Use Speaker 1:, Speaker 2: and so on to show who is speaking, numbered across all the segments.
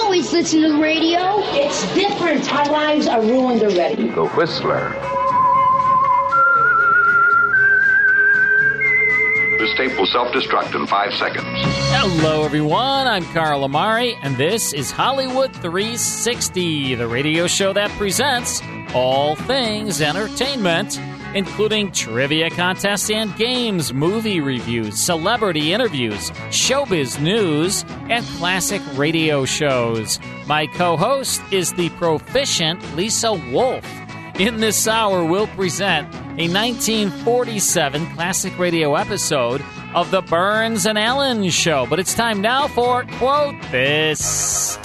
Speaker 1: always listen to the radio.
Speaker 2: It's different. Our lives are ruined already.
Speaker 3: The Whistler.
Speaker 4: This tape will self destruct in five seconds.
Speaker 5: Hello, everyone. I'm Carl Amari, and this is Hollywood 360, the radio show that presents all things entertainment, including trivia contests and games, movie reviews, celebrity interviews, showbiz news, and classic radio shows. My co host is the proficient Lisa Wolf. In this hour, we'll present a 1947 classic radio episode of The Burns and Allen Show. But it's time now for Quote This.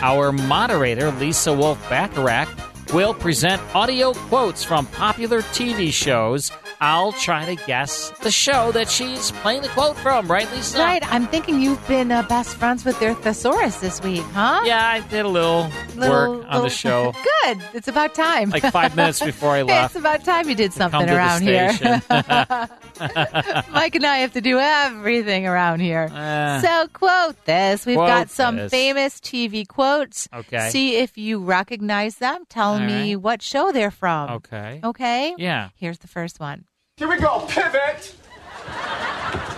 Speaker 5: Our moderator, Lisa Wolf Bacharach, will present audio quotes from popular TV shows. I'll try to guess the show that she's playing the quote from, right, Lisa?
Speaker 6: Right, I'm thinking you've been uh, best friends with their thesaurus this week, huh?
Speaker 5: Yeah, I did a little, work
Speaker 6: Little-
Speaker 5: on the
Speaker 6: little-
Speaker 5: show.
Speaker 6: Good. It's about time.
Speaker 5: Like five minutes before I left.
Speaker 6: it's about time you did something
Speaker 5: come to the
Speaker 6: around here.
Speaker 5: station.
Speaker 6: Mike and I have to do everything around here.
Speaker 5: Ah.
Speaker 6: so quote this. We've
Speaker 5: Quote
Speaker 6: got some
Speaker 5: this.
Speaker 6: famous TV quotes.
Speaker 5: Okay.
Speaker 6: See if you recognize them. Tell
Speaker 5: All
Speaker 6: me
Speaker 5: right.
Speaker 6: what show they're from.
Speaker 5: Okay.
Speaker 6: Okay.
Speaker 5: Yeah.
Speaker 6: Here's the first one.
Speaker 7: Here we go. Pivot.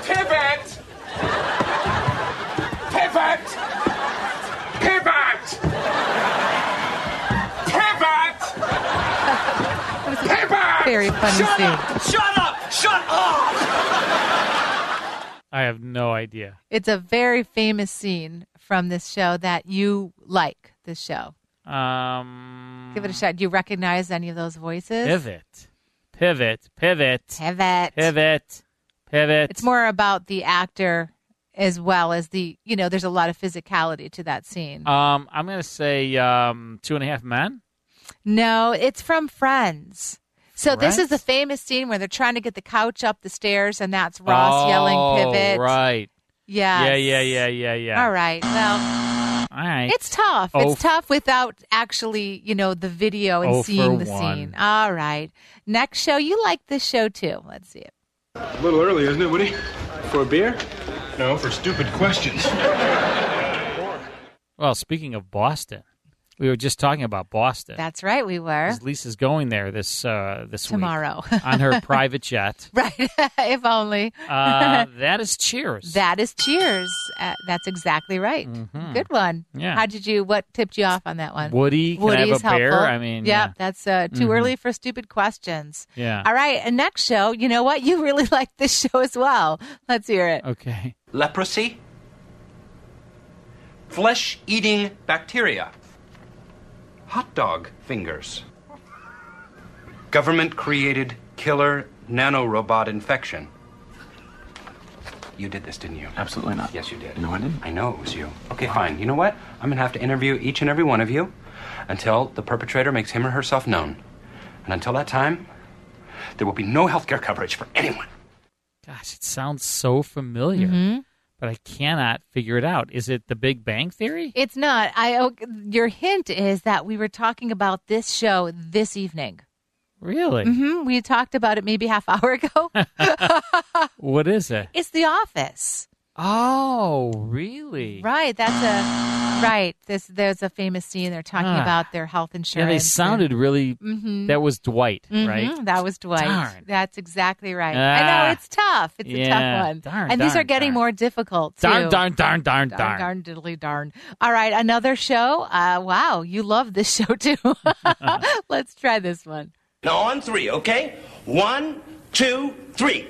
Speaker 7: Pivot. Pivot. Pivot. Pivot. Pivot.
Speaker 6: Very funny
Speaker 7: Shut
Speaker 6: scene.
Speaker 7: Up. Shut up. Shut up.
Speaker 5: I have no idea.
Speaker 6: It's a very famous scene from this show that you like. This show.
Speaker 5: Um,
Speaker 6: Give it a shot. Do you recognize any of those voices?
Speaker 5: Pivot, pivot, pivot,
Speaker 6: Pivot.
Speaker 5: pivot, pivot.
Speaker 6: It's more about the actor as well as the, you know, there's a lot of physicality to that scene.
Speaker 5: Um, I'm gonna say um, two and a half men.
Speaker 6: no, it's from Friends. So this is the
Speaker 5: Friends?
Speaker 6: famous scene where they're trying to get the couch up the stairs and that's Ross
Speaker 5: oh,
Speaker 6: yelling pivot.
Speaker 5: Right.
Speaker 6: Yes.
Speaker 5: Yeah, yeah, yeah, yeah, yeah.
Speaker 6: All right. Well,
Speaker 5: All right.
Speaker 6: it's tough.
Speaker 5: Oh.
Speaker 6: It's tough without actually, you know, the video and
Speaker 5: Oh, for
Speaker 6: seeing the
Speaker 5: one.
Speaker 6: scene. All right. Next show, you like this show too. Let's see it.
Speaker 8: A little early, isn't it, Woody? For a beer?
Speaker 7: No, for stupid questions.
Speaker 5: well, speaking of Boston, we were just talking about Boston.
Speaker 6: That's right, we were.
Speaker 5: 'Cause Lisa's going there this uh, this week
Speaker 6: Tomorrow.
Speaker 5: on her private jet.
Speaker 6: Right. if only.
Speaker 5: Uh, that is Cheers.
Speaker 6: That is cheers. Uh, that's exactly right. Good one.
Speaker 5: Mm-hmm. Yeah.
Speaker 6: How did you, what tipped you off on that one?
Speaker 5: Woody, can I
Speaker 6: Woody
Speaker 5: have
Speaker 6: is
Speaker 5: a bear?
Speaker 6: helpful.
Speaker 5: I mean,
Speaker 6: yeah,
Speaker 5: yeah. Mm-hmm.
Speaker 6: that's uh, too early for stupid questions.
Speaker 5: Yeah.
Speaker 6: All right. And next show, you know what? You really like this show as well. Let's hear it.
Speaker 5: okay.
Speaker 9: leprosy, flesh eating bacteria, hot dog fingers, government created killer nanorobot infection. You did this, didn't you?
Speaker 7: Absolutely not.
Speaker 9: Yes, you did.
Speaker 7: No, I didn't.
Speaker 9: I know it was you. Okay, fine. You know what? I'm gonna have to interview each and every one of you until the perpetrator makes him or herself known. And until that time, there will be no healthcare coverage for anyone.
Speaker 5: Gosh, it sounds so familiar,
Speaker 6: Mm-hmm.
Speaker 5: but I cannot figure it out. Is it The Big Bang Theory?
Speaker 6: It's not. I. oh, Your hint is that we were talking about this show this evening.
Speaker 5: really?
Speaker 6: Hmm, we talked about it maybe half hour ago.
Speaker 5: What is it?
Speaker 6: it's The Office.
Speaker 5: Oh, really?
Speaker 6: Right. That's a right. This there's a famous scene. They're talking
Speaker 5: Ah.
Speaker 6: about their health
Speaker 5: Yeah,
Speaker 6: insurance. Mm-hmm.
Speaker 5: they
Speaker 6: and-
Speaker 5: sounded really. That was Dwight,
Speaker 6: Mhm,
Speaker 5: right?
Speaker 6: That was Dwight.
Speaker 5: Darn.
Speaker 6: That's exactly right.
Speaker 5: Ah.
Speaker 6: I know it's tough. It's a
Speaker 5: Yeah.
Speaker 6: tough one.
Speaker 5: Darn,
Speaker 6: and these
Speaker 5: darn,
Speaker 6: are getting
Speaker 5: darn.
Speaker 6: more difficult. Too.
Speaker 5: Darn, darn, darn, darn,
Speaker 6: Darn,
Speaker 5: darn,
Speaker 6: darn, diddly darn. All right, another show. Uh, wow, you love this show too. Let's try this one.
Speaker 7: Now on three, okay? One, two, three.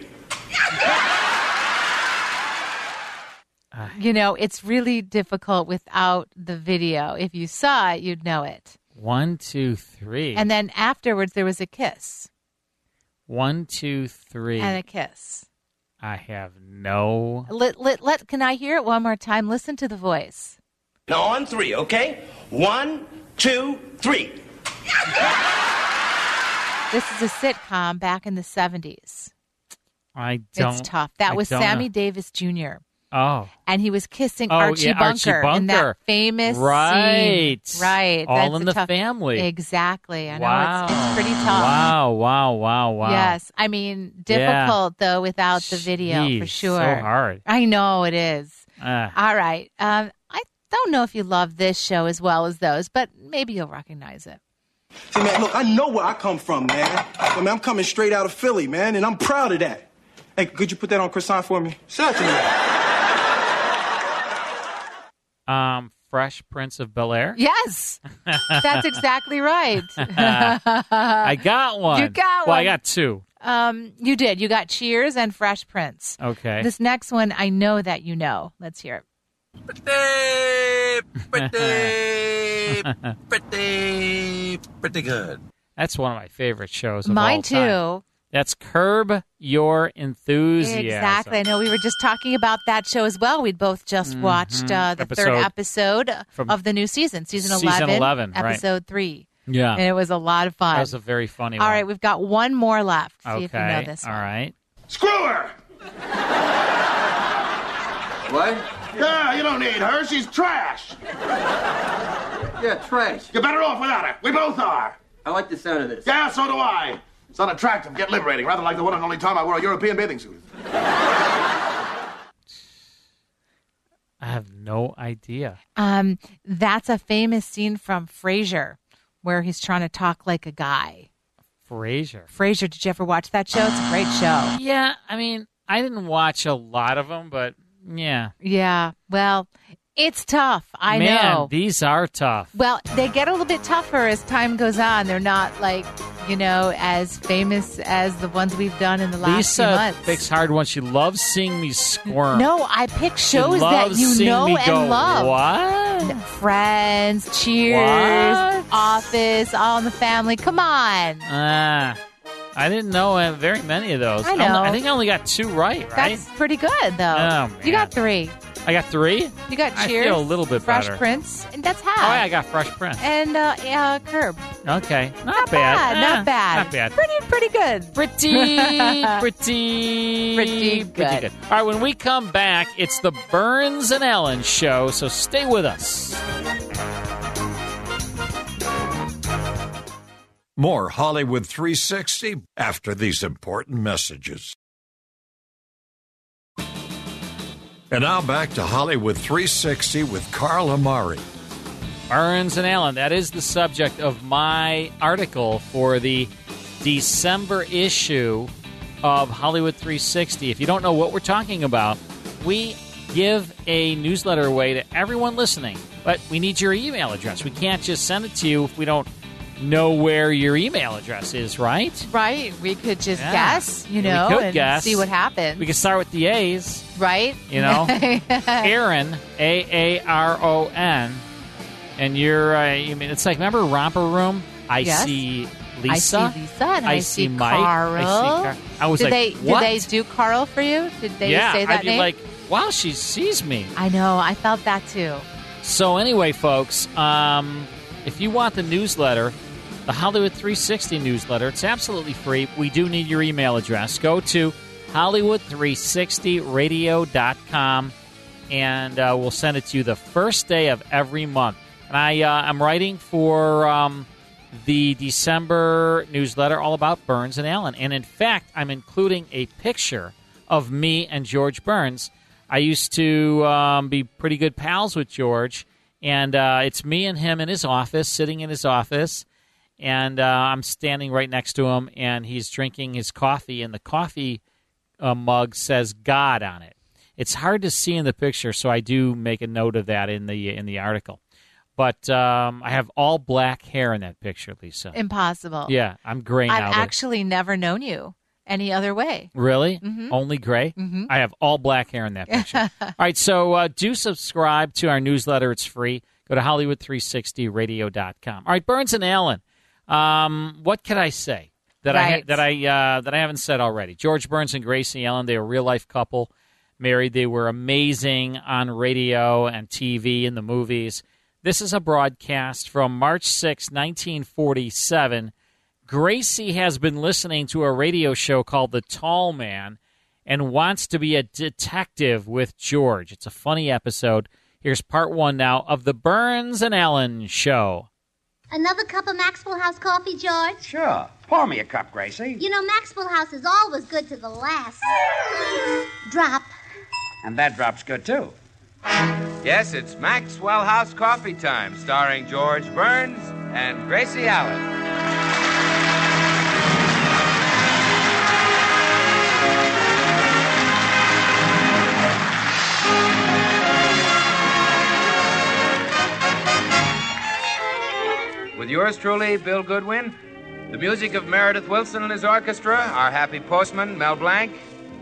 Speaker 6: You know, it's really difficult without the video. If you saw it, you'd know it.
Speaker 5: One, two, three.
Speaker 6: And then afterwards, there was a kiss
Speaker 5: One, two, three.
Speaker 6: and a kiss.
Speaker 5: I have no.
Speaker 6: Let, let, let, can I hear it one more time? Listen to the voice.
Speaker 7: Now on three, okay? One, two, three.
Speaker 6: This is a sitcom back in the 70s.
Speaker 5: I don't.
Speaker 6: it's tough. That
Speaker 5: I
Speaker 6: was
Speaker 5: don't
Speaker 6: Sammy
Speaker 5: know.
Speaker 6: Davis Jr.
Speaker 5: Oh,
Speaker 6: And he was kissing
Speaker 5: Oh,
Speaker 6: Archie,
Speaker 5: yeah, Archie
Speaker 6: Bunker in
Speaker 5: Bunker.
Speaker 6: that famous
Speaker 5: Right.
Speaker 6: scene. Right.
Speaker 5: All
Speaker 6: That's
Speaker 5: in
Speaker 6: a
Speaker 5: the
Speaker 6: tough-
Speaker 5: family.
Speaker 6: Exactly. I know
Speaker 5: wow.
Speaker 6: it's, it's pretty tough.
Speaker 5: Wow, wow, wow, wow.
Speaker 6: Yes. I mean,
Speaker 5: Yeah.
Speaker 6: difficult though without the video for
Speaker 5: Jeez,
Speaker 6: sure.
Speaker 5: So hard.
Speaker 6: I know it is.
Speaker 5: Ah.
Speaker 6: All right. Um, I don't know if you love this show as well as those, but maybe you'll recognize it.
Speaker 3: See, man, look, I know where I come from, man. I mean, I'm coming straight out of Philly, man, and I'm proud of that. Hey, could you put that on croissant for me? Certainly.
Speaker 5: um, Fresh Prince of Bel Air.
Speaker 6: Yes. That's exactly right.
Speaker 5: I got one.
Speaker 6: You got
Speaker 5: Well, I
Speaker 6: one.
Speaker 5: got two.
Speaker 6: um, you did. You got Cheers and Fresh Prince.
Speaker 5: Okay.
Speaker 6: This next one, I know that you know. Let's hear it.
Speaker 10: pretty, pretty good.
Speaker 5: That's one of my favorite shows. Of
Speaker 6: Mine
Speaker 5: all time.
Speaker 6: too.
Speaker 5: That's Curb Your Enthusiasm.
Speaker 6: Exactly. I know we were just talking about that show as well. We'd both just watched uh, the third episode
Speaker 5: Mm-hmm. From-
Speaker 6: of the new season, season
Speaker 5: Season
Speaker 6: 11,
Speaker 5: 11, right.
Speaker 6: episode 3.
Speaker 5: Yeah.
Speaker 6: And it was a lot of fun.
Speaker 5: That was a very funny
Speaker 6: All
Speaker 5: one.
Speaker 6: right, we've got one more left. See
Speaker 5: Okay.
Speaker 6: if you know this.
Speaker 5: All right.
Speaker 10: Screw her!
Speaker 11: What?
Speaker 10: Yeah, you don't need her. She's trash.
Speaker 11: Yeah, trash.
Speaker 10: You're better off without her. We both are.
Speaker 11: I like the sound of this.
Speaker 10: Yeah, so do I. It's unattractive, yet liberating, rather like the one and only time I wore a European bathing suit.
Speaker 5: I have no idea.
Speaker 6: Um, that's a famous scene from Frasier where he's trying to talk like a guy.
Speaker 5: Frasier.
Speaker 6: Frasier, did you ever watch that show? It's a great show.
Speaker 5: Yeah, I mean, I didn't watch a lot of them, but yeah.
Speaker 6: Yeah. Well, it's tough. I
Speaker 5: Man,
Speaker 6: know.
Speaker 5: these are tough.
Speaker 6: Well, they get a little bit tougher as time goes on. They're not like, you know, as famous as the ones we've done in the last few
Speaker 5: Lisa
Speaker 6: months.
Speaker 5: picks hard ones. She loves seeing me squirm.
Speaker 6: No, I pick
Speaker 5: She
Speaker 6: shows that
Speaker 5: loves
Speaker 6: you
Speaker 5: seeing
Speaker 6: know
Speaker 5: me
Speaker 6: and
Speaker 5: go,
Speaker 6: love.
Speaker 5: What?
Speaker 6: Friends, Cheers,
Speaker 5: What?
Speaker 6: Office, All in the Family. Come on.
Speaker 5: Ah, I didn't know uh, very many of those.
Speaker 6: I
Speaker 5: only-
Speaker 6: know.
Speaker 5: I think I only got two right. Right?
Speaker 6: That's pretty good, though.
Speaker 5: Oh,
Speaker 6: you got three.
Speaker 5: I got three.
Speaker 6: You got
Speaker 5: I
Speaker 6: Cheers.
Speaker 5: feel a little bit
Speaker 6: Fresh
Speaker 5: better.
Speaker 6: Prince, and that's half.
Speaker 5: Oh, yeah, I got Fresh Prince.
Speaker 6: And uh, yeah, Curb.
Speaker 5: Okay, not,
Speaker 6: bad,
Speaker 5: Eh,
Speaker 6: not bad.
Speaker 5: Not bad.
Speaker 6: Pretty, pretty good.
Speaker 5: Pretty, pretty,
Speaker 6: pretty good.
Speaker 5: Pretty good. All right, when we come back, it's the Burns and Allen show, so stay with us.
Speaker 12: More Hollywood 360 after these important messages. And now back to Hollywood 360 with Carl Amari.
Speaker 5: Burns and Allen, that is the subject of my article for the December issue of Hollywood 360. If you don't know what we're talking about, we give a newsletter away to everyone listening, but we need your email address. We can't just send it to you if we don't know where your email address is, right?
Speaker 6: Right. We could just
Speaker 5: Yeah.
Speaker 6: guess, you
Speaker 5: We
Speaker 6: know,
Speaker 5: could
Speaker 6: and
Speaker 5: guess.
Speaker 6: see what happens.
Speaker 5: We can start with the A's.
Speaker 6: right?
Speaker 5: you know? Aaron, A A R O N, and you're. Uh, you mean it's like remember Romper Room? I
Speaker 6: Yes.
Speaker 5: see
Speaker 6: I
Speaker 5: Lisa.
Speaker 6: see Lisa and I, see
Speaker 5: Mike.
Speaker 6: Carl.
Speaker 5: I see Car- I was
Speaker 6: did
Speaker 5: like,
Speaker 6: they,
Speaker 5: what?
Speaker 6: Did they do Carl for you? Did they
Speaker 5: yeah,
Speaker 6: say that
Speaker 5: I'd be
Speaker 6: name?
Speaker 5: like, wow, she sees me.
Speaker 6: I know. I felt that too.
Speaker 5: So anyway, folks, um, if you want the newsletter, the Hollywood 360 newsletter, it's absolutely free. We do need your email address. Go to Hollywood360radio.com, and uh, we'll send it to you the first day of every month. And I, uh, I'm writing for um, the December newsletter all about Burns and Allen. And in fact, I'm including a picture of me and George Burns. I used to um, be pretty good pals with George, and uh, it's me and him in his office, sitting in his office, and uh, I'm standing right next to him, and he's drinking his coffee, and the coffee uh, mug says God on it. It's hard to see in the picture, so I do make a note of that in the in the article. But um, I have all black hair in that picture, Lisa.
Speaker 6: Impossible.
Speaker 5: Yeah, I'm gray now.
Speaker 6: I've
Speaker 5: but-
Speaker 6: actually never known you any other way.
Speaker 5: Really?
Speaker 6: Mhm.
Speaker 5: Only gray?
Speaker 6: Mhm.
Speaker 5: I have all black hair in that picture. all right, so uh, do subscribe to our newsletter. It's free. Go to Hollywood360radio.com. All right, Burns and Allen. Um, what could I say that I
Speaker 13: Right.
Speaker 5: that I uh, that I haven't said already? George Burns and Gracie Allen. They were a real life couple, married. They were amazing on radio and TV and the movies. This is a broadcast from March 6, 1947. Gracie has been listening to a radio show called The Tall Man and wants to be a detective with George. It's a funny episode. Here's part one now of The Burns and Allen Show.
Speaker 13: Another cup of Maxwell House coffee, George?
Speaker 14: Sure. Pour me a cup, Gracie.
Speaker 13: You know, Maxwell House is always good to the last drop.
Speaker 14: And that drop's good, too.
Speaker 15: Yes, it's Maxwell House Coffee Time, starring George Burns and Gracie Allen. With yours truly, Bill Goodwin, the music of Meredith Wilson and his orchestra, our happy postman, Mel Blanc,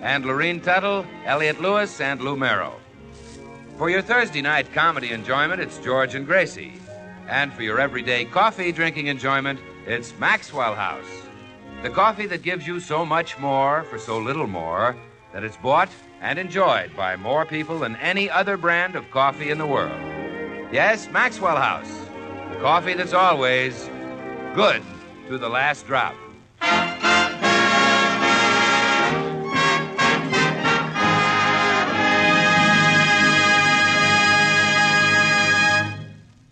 Speaker 15: and Lorene Tuttle, Elliot Lewis, and Lou Merrill. For your Thursday night comedy enjoyment, it's George and Gracie. And for your everyday coffee drinking enjoyment, it's Maxwell House. The coffee that gives you so much more for so little more that it's bought and enjoyed by more people than any other brand of coffee in the world. Yes, Maxwell House. The coffee that's always good to the last drop.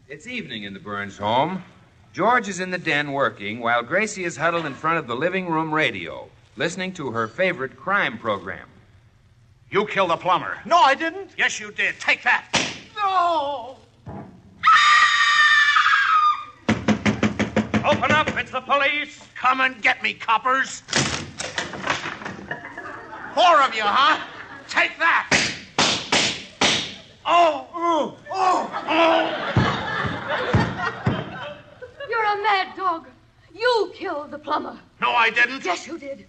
Speaker 15: It's evening in the Burns home. George is in the den working while Gracie is huddled in front of the living room radio, listening to her favorite crime program.
Speaker 10: You killed a plumber.
Speaker 7: No, I didn't.
Speaker 10: Yes, you did. Take that. Ah!
Speaker 7: No.
Speaker 10: Open up. It's the police. Come and get me, coppers. Four of you, huh? Take that. Oh, oh, oh, oh.
Speaker 16: You're a mad dog. You killed the plumber.
Speaker 10: No, I didn't.
Speaker 16: Yes, you did.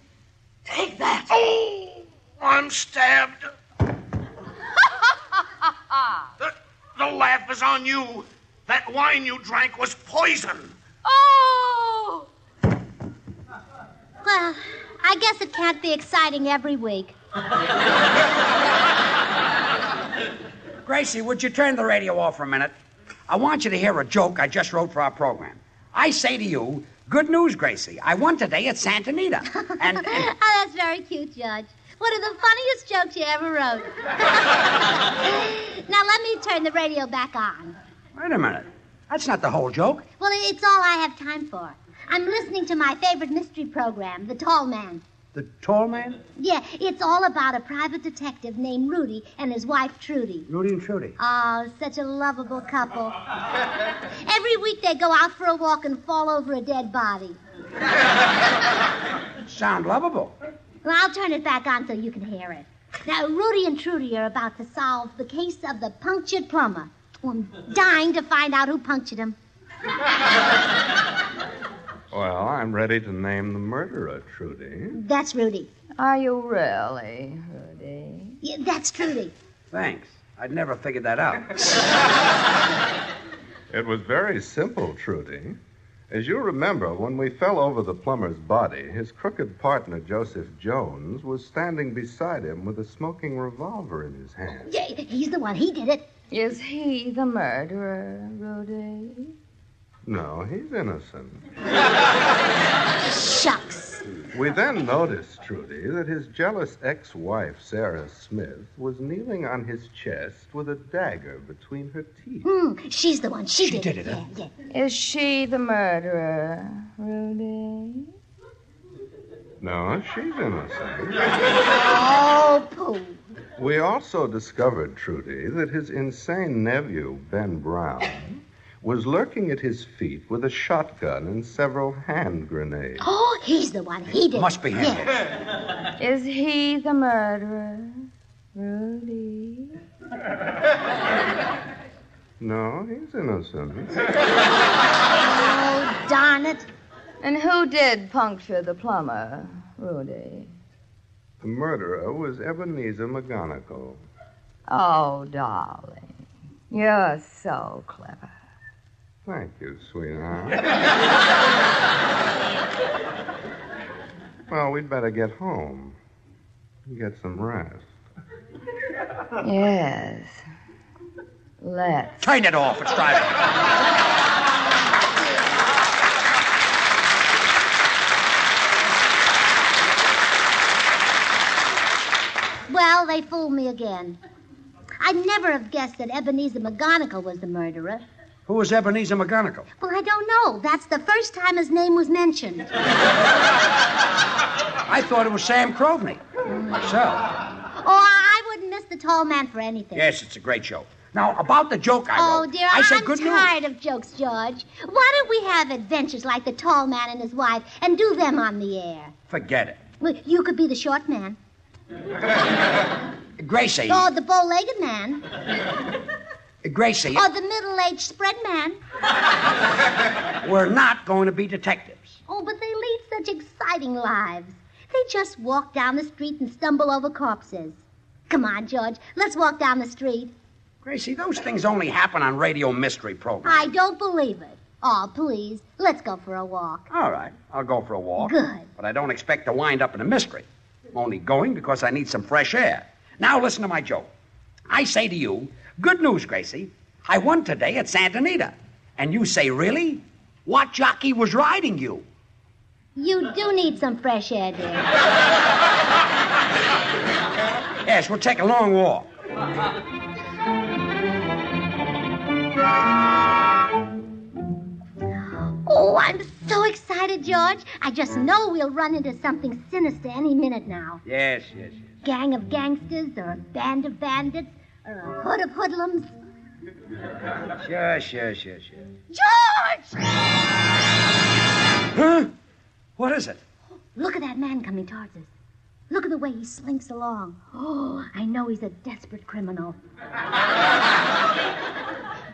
Speaker 16: Take that.
Speaker 10: Oh, I'm stabbed. the, the laugh is on you. That wine you drank was poison.
Speaker 16: Oh!
Speaker 13: Well, I guess it can't be exciting every week.
Speaker 14: Gracie, would you turn the radio off for a minute? I want you to hear a joke I just wrote for our program. I say to you, good news, Gracie. I won today at Santa Anita. And, and
Speaker 13: oh, that's very cute, George. One of the funniest jokes you ever wrote. now let me turn the radio back on.
Speaker 14: wait a minute. That's not the whole joke.
Speaker 13: Well, it's all I have time for. I'm listening to my favorite mystery program, The Tall Man.
Speaker 14: The tall man?
Speaker 13: Yeah, it's all about a private detective named Rudy and his wife Trudy.
Speaker 14: Rudy and Trudy.
Speaker 13: Oh, such a lovable couple. Every week they go out for a walk and fall over a dead body.
Speaker 14: Sound lovable.
Speaker 13: Well, I'll turn it back on so you can hear it. Now, Rudy and Trudy are about to solve the case of the punctured plumber. Well, I'm dying to find out who punctured him.
Speaker 17: Well, I'm ready to name the murderer, Trudy.
Speaker 13: That's Rudy.
Speaker 18: Are you really, Rudy?
Speaker 13: Yeah, that's Trudy.
Speaker 14: Thanks. I'd never figured that out.
Speaker 17: It was very simple, Trudy. As you remember, when we fell over the plumber's body, his crooked partner, Joseph Jones, was standing beside him with a smoking revolver in his hand.
Speaker 13: Yeah, he's the one. He did it.
Speaker 18: Is he the murderer, Rudy?
Speaker 17: No, he's innocent.
Speaker 13: Shucks.
Speaker 17: We then noticed, Trudy, that his jealous ex wife, Sarah Smith, was kneeling on his chest with a dagger between her teeth.
Speaker 13: Hmm, she's the one. She,
Speaker 17: She did it,
Speaker 13: Yeah,
Speaker 17: huh?
Speaker 13: yeah.
Speaker 18: Is she the murderer, Rudy?
Speaker 17: No, she's innocent.
Speaker 13: Oh, pooh.
Speaker 17: We also discovered, Trudy, that his insane nephew, Ben Brown, was lurking at his feet with a shotgun and several hand grenades.
Speaker 13: Oh, he's the one. He did it.
Speaker 17: must be him.
Speaker 18: Is he the murderer, Rudy?
Speaker 17: No, he's innocent.
Speaker 13: Oh, darn it.
Speaker 18: And who did puncture the plumber, Rudy?
Speaker 17: The murderer was Ebenezer McGonagall.
Speaker 18: Oh, darling, you're so clever.
Speaker 17: Thank you, sweetheart. well, we'd better get home and get some rest.
Speaker 18: Yes. Let.
Speaker 14: Turn it off. It's driving.
Speaker 13: Well, they fooled me again. I'd never have guessed that Ebenezer McGonagall was the murderer.
Speaker 14: Who was Ebenezer McGonagall?
Speaker 13: Well, I don't know. That's the first time his name was mentioned.
Speaker 14: I thought it was Sam Croveney. Myself.
Speaker 13: Oh, I I wouldn't miss the tall man for anything.
Speaker 14: Yes, it's a great show. Now, about the joke I
Speaker 13: oh,
Speaker 14: wrote.
Speaker 13: dear,
Speaker 14: I said
Speaker 13: am
Speaker 14: good news.
Speaker 13: tired of jokes, George. Why don't we have adventures like the tall man and his wife and do them on the air?
Speaker 14: Forget it.
Speaker 13: Well, You could be the short man.
Speaker 14: Gracie.
Speaker 13: Or the bow-legged man.
Speaker 14: Gracie,
Speaker 13: Or the middle-aged spread man.
Speaker 14: we're not going to be detectives.
Speaker 13: Oh, but they lead such exciting lives. They just walk down the street and stumble over corpses. Come on, George. Let's walk down the street.
Speaker 14: Gracie, those things only happen on radio mystery programs.
Speaker 13: I don't believe it. Oh, please. Let's go for a walk.
Speaker 14: All right, I'll go for a walk.
Speaker 13: Good.
Speaker 14: But I don't expect to wind up in a mystery. I'm only going because I need some fresh air. Now listen to my joke. I say to you, good news, Gracie. I won today at Santa Anita. And you say, really? What jockey was riding you?
Speaker 13: You do need some fresh air, dear.
Speaker 14: Yes, we'll take a long walk.
Speaker 13: Oh, I'm so excited, George. I just know we'll run into something sinister any minute now.
Speaker 14: Yes, yes, yes.
Speaker 13: Gang of gangsters, or a band of bandits, or a hood of hoodlums.
Speaker 14: Sure, sure, sure, sure.
Speaker 13: George!
Speaker 14: Huh? What is it?
Speaker 13: Look at that man coming towards us. Look at the way he slinks along. Oh, I know he's a desperate criminal.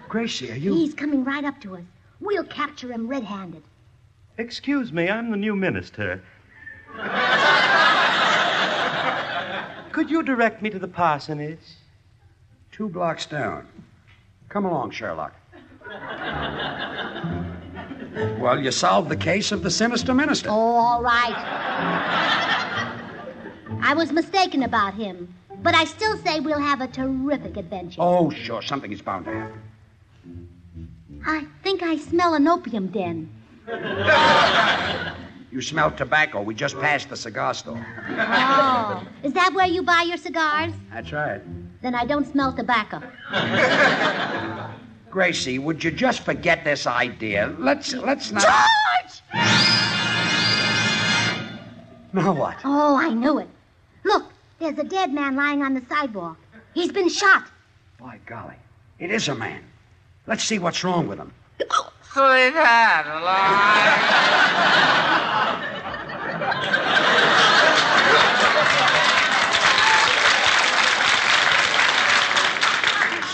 Speaker 19: Gracie, are
Speaker 13: He's coming right up to us. We'll capture him red handed.
Speaker 19: Excuse me, I'm the new minister. Could you direct me to the parsonage?
Speaker 14: Two blocks down. Come along, Sherlock. Well, you solved the case of the sinister minister.
Speaker 13: Oh, all right. I was mistaken about him, but I still say we'll have a terrific adventure.
Speaker 14: Oh, sure, something is bound to happen.
Speaker 13: I think I smell an opium den.
Speaker 14: You smell tobacco. We just passed the cigar store.
Speaker 13: Oh, is that where you buy your cigars?
Speaker 14: That's right.
Speaker 13: Then I don't smell tobacco.
Speaker 14: Gracie, would you just forget this idea? Let's let's not.
Speaker 13: George!
Speaker 14: Now what?
Speaker 13: Oh, I knew it. Look, there's a dead man lying on the sidewalk. He's been shot.
Speaker 14: By golly, it is a man. Let's see what's wrong with him.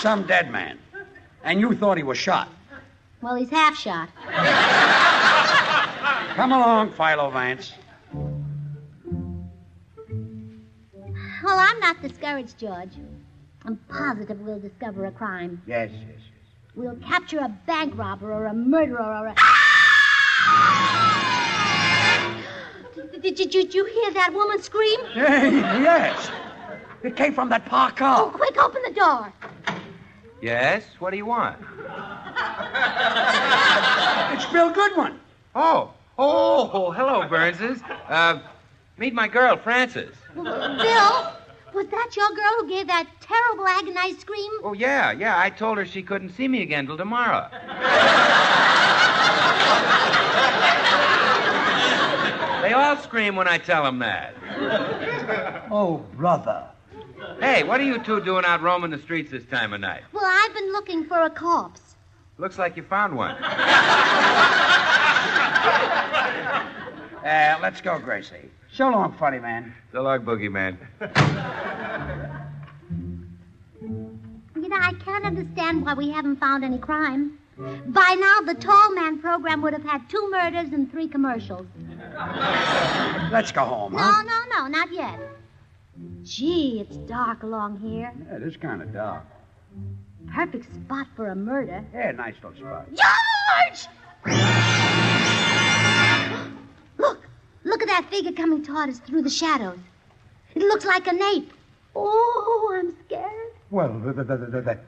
Speaker 14: Some dead man, and you thought he was shot.
Speaker 13: Well, he's half shot.
Speaker 14: Come along, Philo Vance.
Speaker 13: Well, I'm not discouraged, George. I'm positive we'll discover a crime.
Speaker 14: Yes, yes.
Speaker 13: We'll capture a bank robber or a murderer or a. Did, did, did, did you hear that woman scream?
Speaker 14: Hey, yes. It came from that parked
Speaker 13: Oh,
Speaker 14: car.
Speaker 13: quick, open the door.
Speaker 15: Yes? What do you want?
Speaker 14: It's Bill Goodwin.
Speaker 15: Oh. Oh, hello, Burnses. Uh, meet my girl, Frances.
Speaker 13: Bill, was that your girl who gave that terrible agonized scream?
Speaker 15: Oh, yeah, yeah. I told her she couldn't see me again till tomorrow. they all scream when I tell them that.
Speaker 14: Oh, brother.
Speaker 15: Hey, what are you two doing out roaming the streets this time of night?
Speaker 13: Well, I've been looking for a corpse.
Speaker 15: Looks like you found one.
Speaker 14: Uh, let's go, Gracie. So long, funny man.
Speaker 15: The log boogeyman.
Speaker 13: You know, I can't understand why we haven't found any crime. By now, the Tall Man program would have had two murders and three commercials.
Speaker 14: Let's go home,
Speaker 13: No,
Speaker 14: huh?
Speaker 13: no, no, not yet. Gee, it's dark along here.
Speaker 14: Yeah, it is kind of dark.
Speaker 13: Perfect spot for a murder.
Speaker 14: Yeah, nice little spot.
Speaker 13: George! Look, look at that figure coming toward us through the shadows. It looks like an ape. Oh, I'm scared.
Speaker 14: Well, th- th- th- th- th-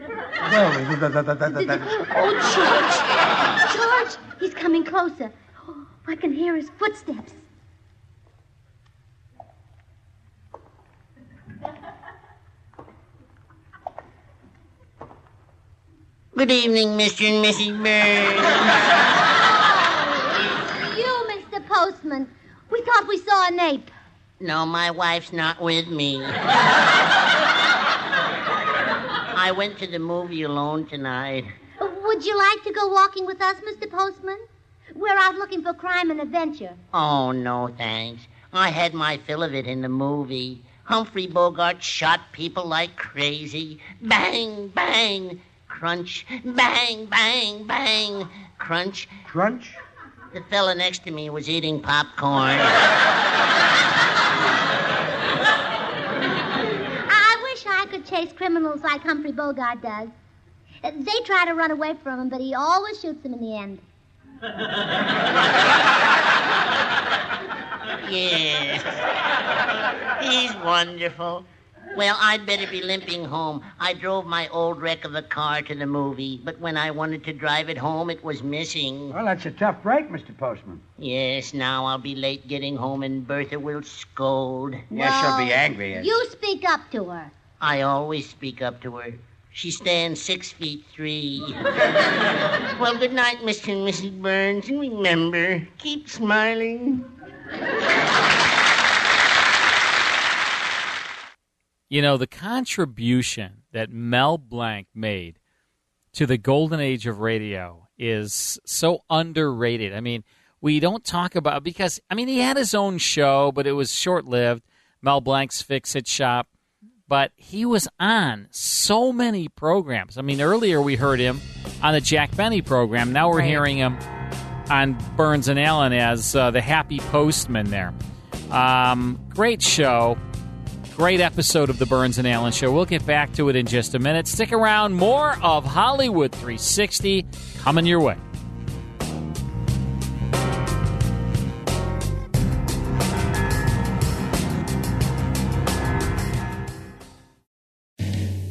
Speaker 19: Well, that, that, that, that, that,
Speaker 13: Oh, George! George! He's coming closer. Oh, I can hear his footsteps.
Speaker 20: Good evening, Mr. and Mrs. Bird.
Speaker 13: You, Mr. Postman. We thought we saw an ape.
Speaker 20: no, my wife's not with me. I went to the movie alone tonight.
Speaker 13: Would you like to go walking with us, Mr. Postman? We're out looking for crime and adventure.
Speaker 20: Oh, no, thanks. I had my fill of it in the movie. Humphrey Bogart shot people like crazy. Bang, bang, crunch. Bang, bang, bang, crunch.
Speaker 19: Crunch?
Speaker 20: The fella next to me was eating popcorn.
Speaker 13: I wish I could chase criminals like Humphrey Bogart does. Uh, They try to run away from him, but he always shoots them in the end.
Speaker 20: Yes. He's wonderful. Well, I'd better be limping home. I drove my old wreck of a car to the movie, but when I wanted to drive it home, it was missing.
Speaker 21: Well, that's a tough break, Mr. Postman.
Speaker 20: Yes, now I'll be late getting home, and Bertha will scold.
Speaker 13: Well, You speak up to her.
Speaker 20: I always speak up to her. She stands six feet three. well, good night, Mr. and Mrs. Burns, and remember, keep smiling.
Speaker 5: You know, the contribution that Mel Blanc made to the golden age of radio is so underrated. I mean, we don't talk about because I mean he had his own show, but it was short-lived. Mel Blanc's Fix It Shop, but he was on so many programs. I mean, earlier we heard him on the Jack Benny program. Now we're
Speaker 22: Right.
Speaker 5: hearing him on Burns and Allen as uh, the Happy Postman. There, um, great show. Great episode of the Burns and Allen Show. We'll get back to it in just a minute. Stick around. More of Hollywood 360 coming your way.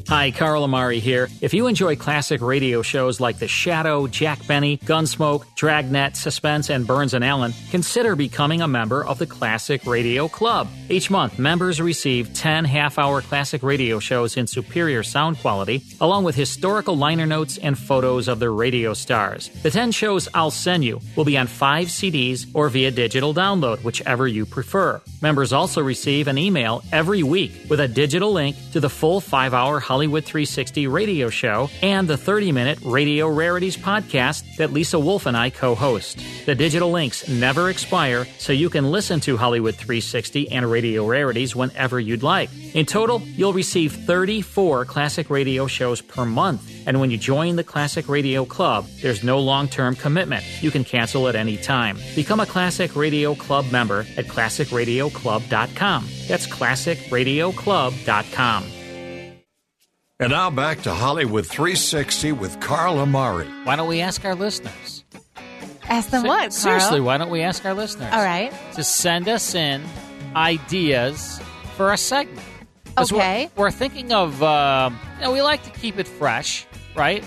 Speaker 5: Hi, Carl Amari here. If you enjoy classic radio shows like The Shadow, Jack Benny, Gunsmoke, Dragnet, Suspense, and Burns and Allen, consider becoming a member of the Classic Radio Club. Each month, members receive 10 half hour classic radio shows in superior sound quality, along with historical liner notes and photos of their radio stars. The 10 shows I'll send you will be on five CDs or via digital download, whichever you prefer. Members also receive an email every week with a digital link to the full five hour Hollywood 360 radio show and the 30 minute Radio Rarities podcast that Lisa Wolf and I co host. The digital links never expire, so you can listen to Hollywood 360 and Radio Rarities whenever you'd like. In total, you'll receive 34 classic radio shows per month. And when you join the Classic Radio Club, there's no long term commitment. You can cancel at any time. Become a Classic Radio Club member at classicradioclub.com. That's classicradioclub.com.
Speaker 12: And now back to Hollywood 360 with Carl Amari.
Speaker 5: Why don't we ask our listeners?
Speaker 6: Ask them what, Carl?
Speaker 5: Seriously, why don't we ask our listeners?
Speaker 6: All right.
Speaker 5: To send us in ideas for a segment. 'Cause we're-
Speaker 6: Okay.
Speaker 5: We're, thinking of, um you know, we like to keep it fresh, right?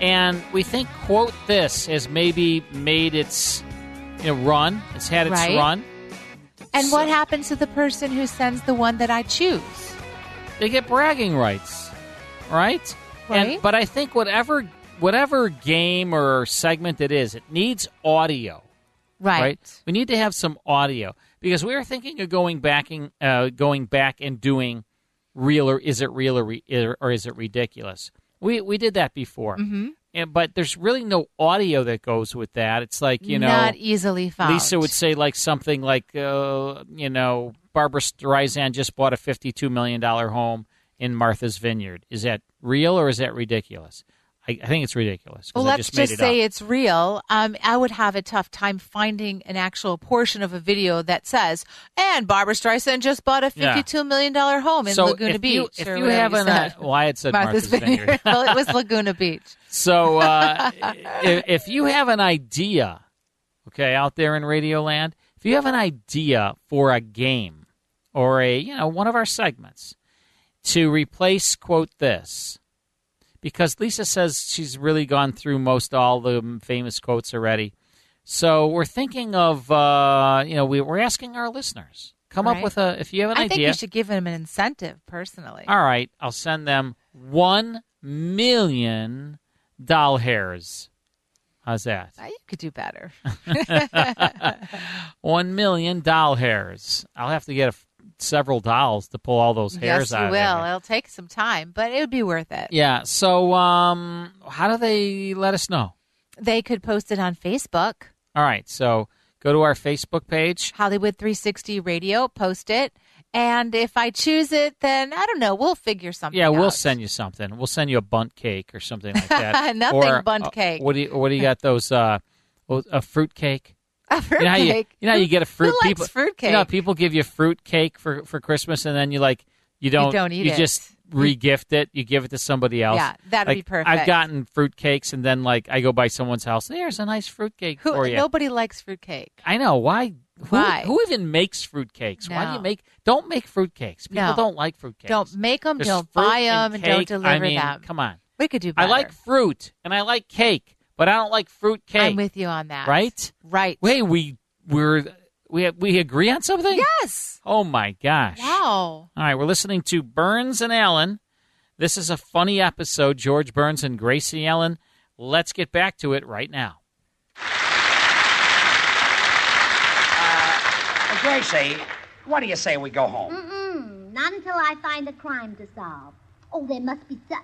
Speaker 5: And we think, quote, this has maybe made its you know, run, it's had its
Speaker 6: Right.
Speaker 5: run.
Speaker 6: And what happens to the person who sends the one that I choose?
Speaker 5: They get bragging rights, right? And, but I think whatever whatever game or segment it is, it needs audio.
Speaker 6: Right.
Speaker 5: We need to have some audio because we were thinking of going backing, uh, going back and doing real or is it real or re- or is it ridiculous? We we did that before,
Speaker 6: Mhm.
Speaker 5: and but there's really no audio that goes with that. It's like you know,
Speaker 6: Not easily found.
Speaker 5: Lisa would say like something like, uh, you know, Barbara Streisand just bought a fifty-two million dollar home in Martha's Vineyard. Is that real or is that ridiculous? I, I think it's ridiculous. 'cause
Speaker 6: Well,
Speaker 5: I
Speaker 6: let's
Speaker 5: made
Speaker 6: just
Speaker 5: it
Speaker 6: say
Speaker 5: up.
Speaker 6: it's real. Um, I would have a tough time finding an actual portion of a video that says, "And Barbara Streisand just bought a
Speaker 5: Yeah.
Speaker 6: fifty-two million dollar home in
Speaker 5: So
Speaker 6: Laguna
Speaker 5: if
Speaker 6: Beach."
Speaker 5: you- if
Speaker 6: or
Speaker 5: you
Speaker 6: whatever
Speaker 5: have an,
Speaker 6: said.
Speaker 5: uh, well, I had said Martha's Vineyard.
Speaker 6: well, it was Laguna Beach.
Speaker 5: So uh, if, if you have an idea, okay, out there in Radio Land, if you have an idea for a game or a you know one of our segments to replace quote this because Lisa says she's really gone through most all the famous quotes already. So we're thinking of, uh, you know, we, we're asking our listeners come up
Speaker 6: Right.
Speaker 5: with a, if you have an
Speaker 6: I
Speaker 5: idea.
Speaker 6: think you should give him an incentive personally.
Speaker 5: All right, I'll send them one million doll hairs. How's that?
Speaker 6: You could do better.
Speaker 5: one million doll hairs. I'll have to get a f several dolls to pull all those hairs
Speaker 6: yes,
Speaker 5: out.
Speaker 6: you
Speaker 5: of
Speaker 6: will.
Speaker 5: there.
Speaker 6: It'll take some time, but it would be worth it.
Speaker 5: Yeah. So, um, how do they let us know?
Speaker 6: They could post it on Facebook,
Speaker 5: All right. So go to our Facebook page.
Speaker 6: Hollywood 360 Radio, post it. And if I choose it, then I don't know. We'll figure something
Speaker 5: Yeah,
Speaker 6: out.
Speaker 5: we'll send you something. We'll send you a bunt cake or something like that.
Speaker 6: Nothing
Speaker 5: Or,
Speaker 6: bundt
Speaker 5: uh,
Speaker 6: cake.
Speaker 5: what do you What do you got? Those uh, what- a fruit cake.
Speaker 6: A fruit
Speaker 5: you know how you,
Speaker 6: cake.
Speaker 5: you know how you get a
Speaker 6: Who
Speaker 5: fruit.
Speaker 6: likes
Speaker 5: people,
Speaker 6: fruit
Speaker 5: You know, how
Speaker 6: cake?
Speaker 5: people give you fruit cake for for Christmas, and then you like you don't
Speaker 6: don't eat
Speaker 5: you
Speaker 6: it.
Speaker 5: just regift it. You give it to somebody else.
Speaker 6: Yeah, that'd be
Speaker 5: Like, I've
Speaker 6: perfect.
Speaker 5: gotten fruit cakes, and then like I go by someone's house. There's a nice fruit cake
Speaker 6: Who,
Speaker 5: for you.
Speaker 6: Nobody likes fruitcake.
Speaker 5: I know why. Who,
Speaker 6: Why?
Speaker 5: Who even makes fruitcakes? Why do you
Speaker 6: No.
Speaker 5: make? Don't make fruitcakes. People
Speaker 6: No.
Speaker 5: don't like fruitcakes.
Speaker 6: Don't make 'em,
Speaker 5: There's
Speaker 6: don't
Speaker 5: fruit
Speaker 6: buy 'em, and don't
Speaker 5: cake. I
Speaker 6: deliver
Speaker 5: mean,
Speaker 6: them.
Speaker 5: Come on.
Speaker 6: We could do
Speaker 5: I
Speaker 6: better.
Speaker 5: like fruit and I like cake, but I don't like fruit cake.
Speaker 6: I'm with you on that.
Speaker 5: Right?
Speaker 6: Right.
Speaker 5: Wait, we we're we we agree on something?
Speaker 6: Yes.
Speaker 5: Oh my gosh.
Speaker 6: Wow.
Speaker 5: All right, we're listening to Burns and Allen. This is a funny episode, George Burns and Gracie Allen. Let's get back to it right now.
Speaker 14: Uh, Gracie, what do you say we go home?
Speaker 13: Mm-mm. Not until I find a crime to solve. Oh, there must be some.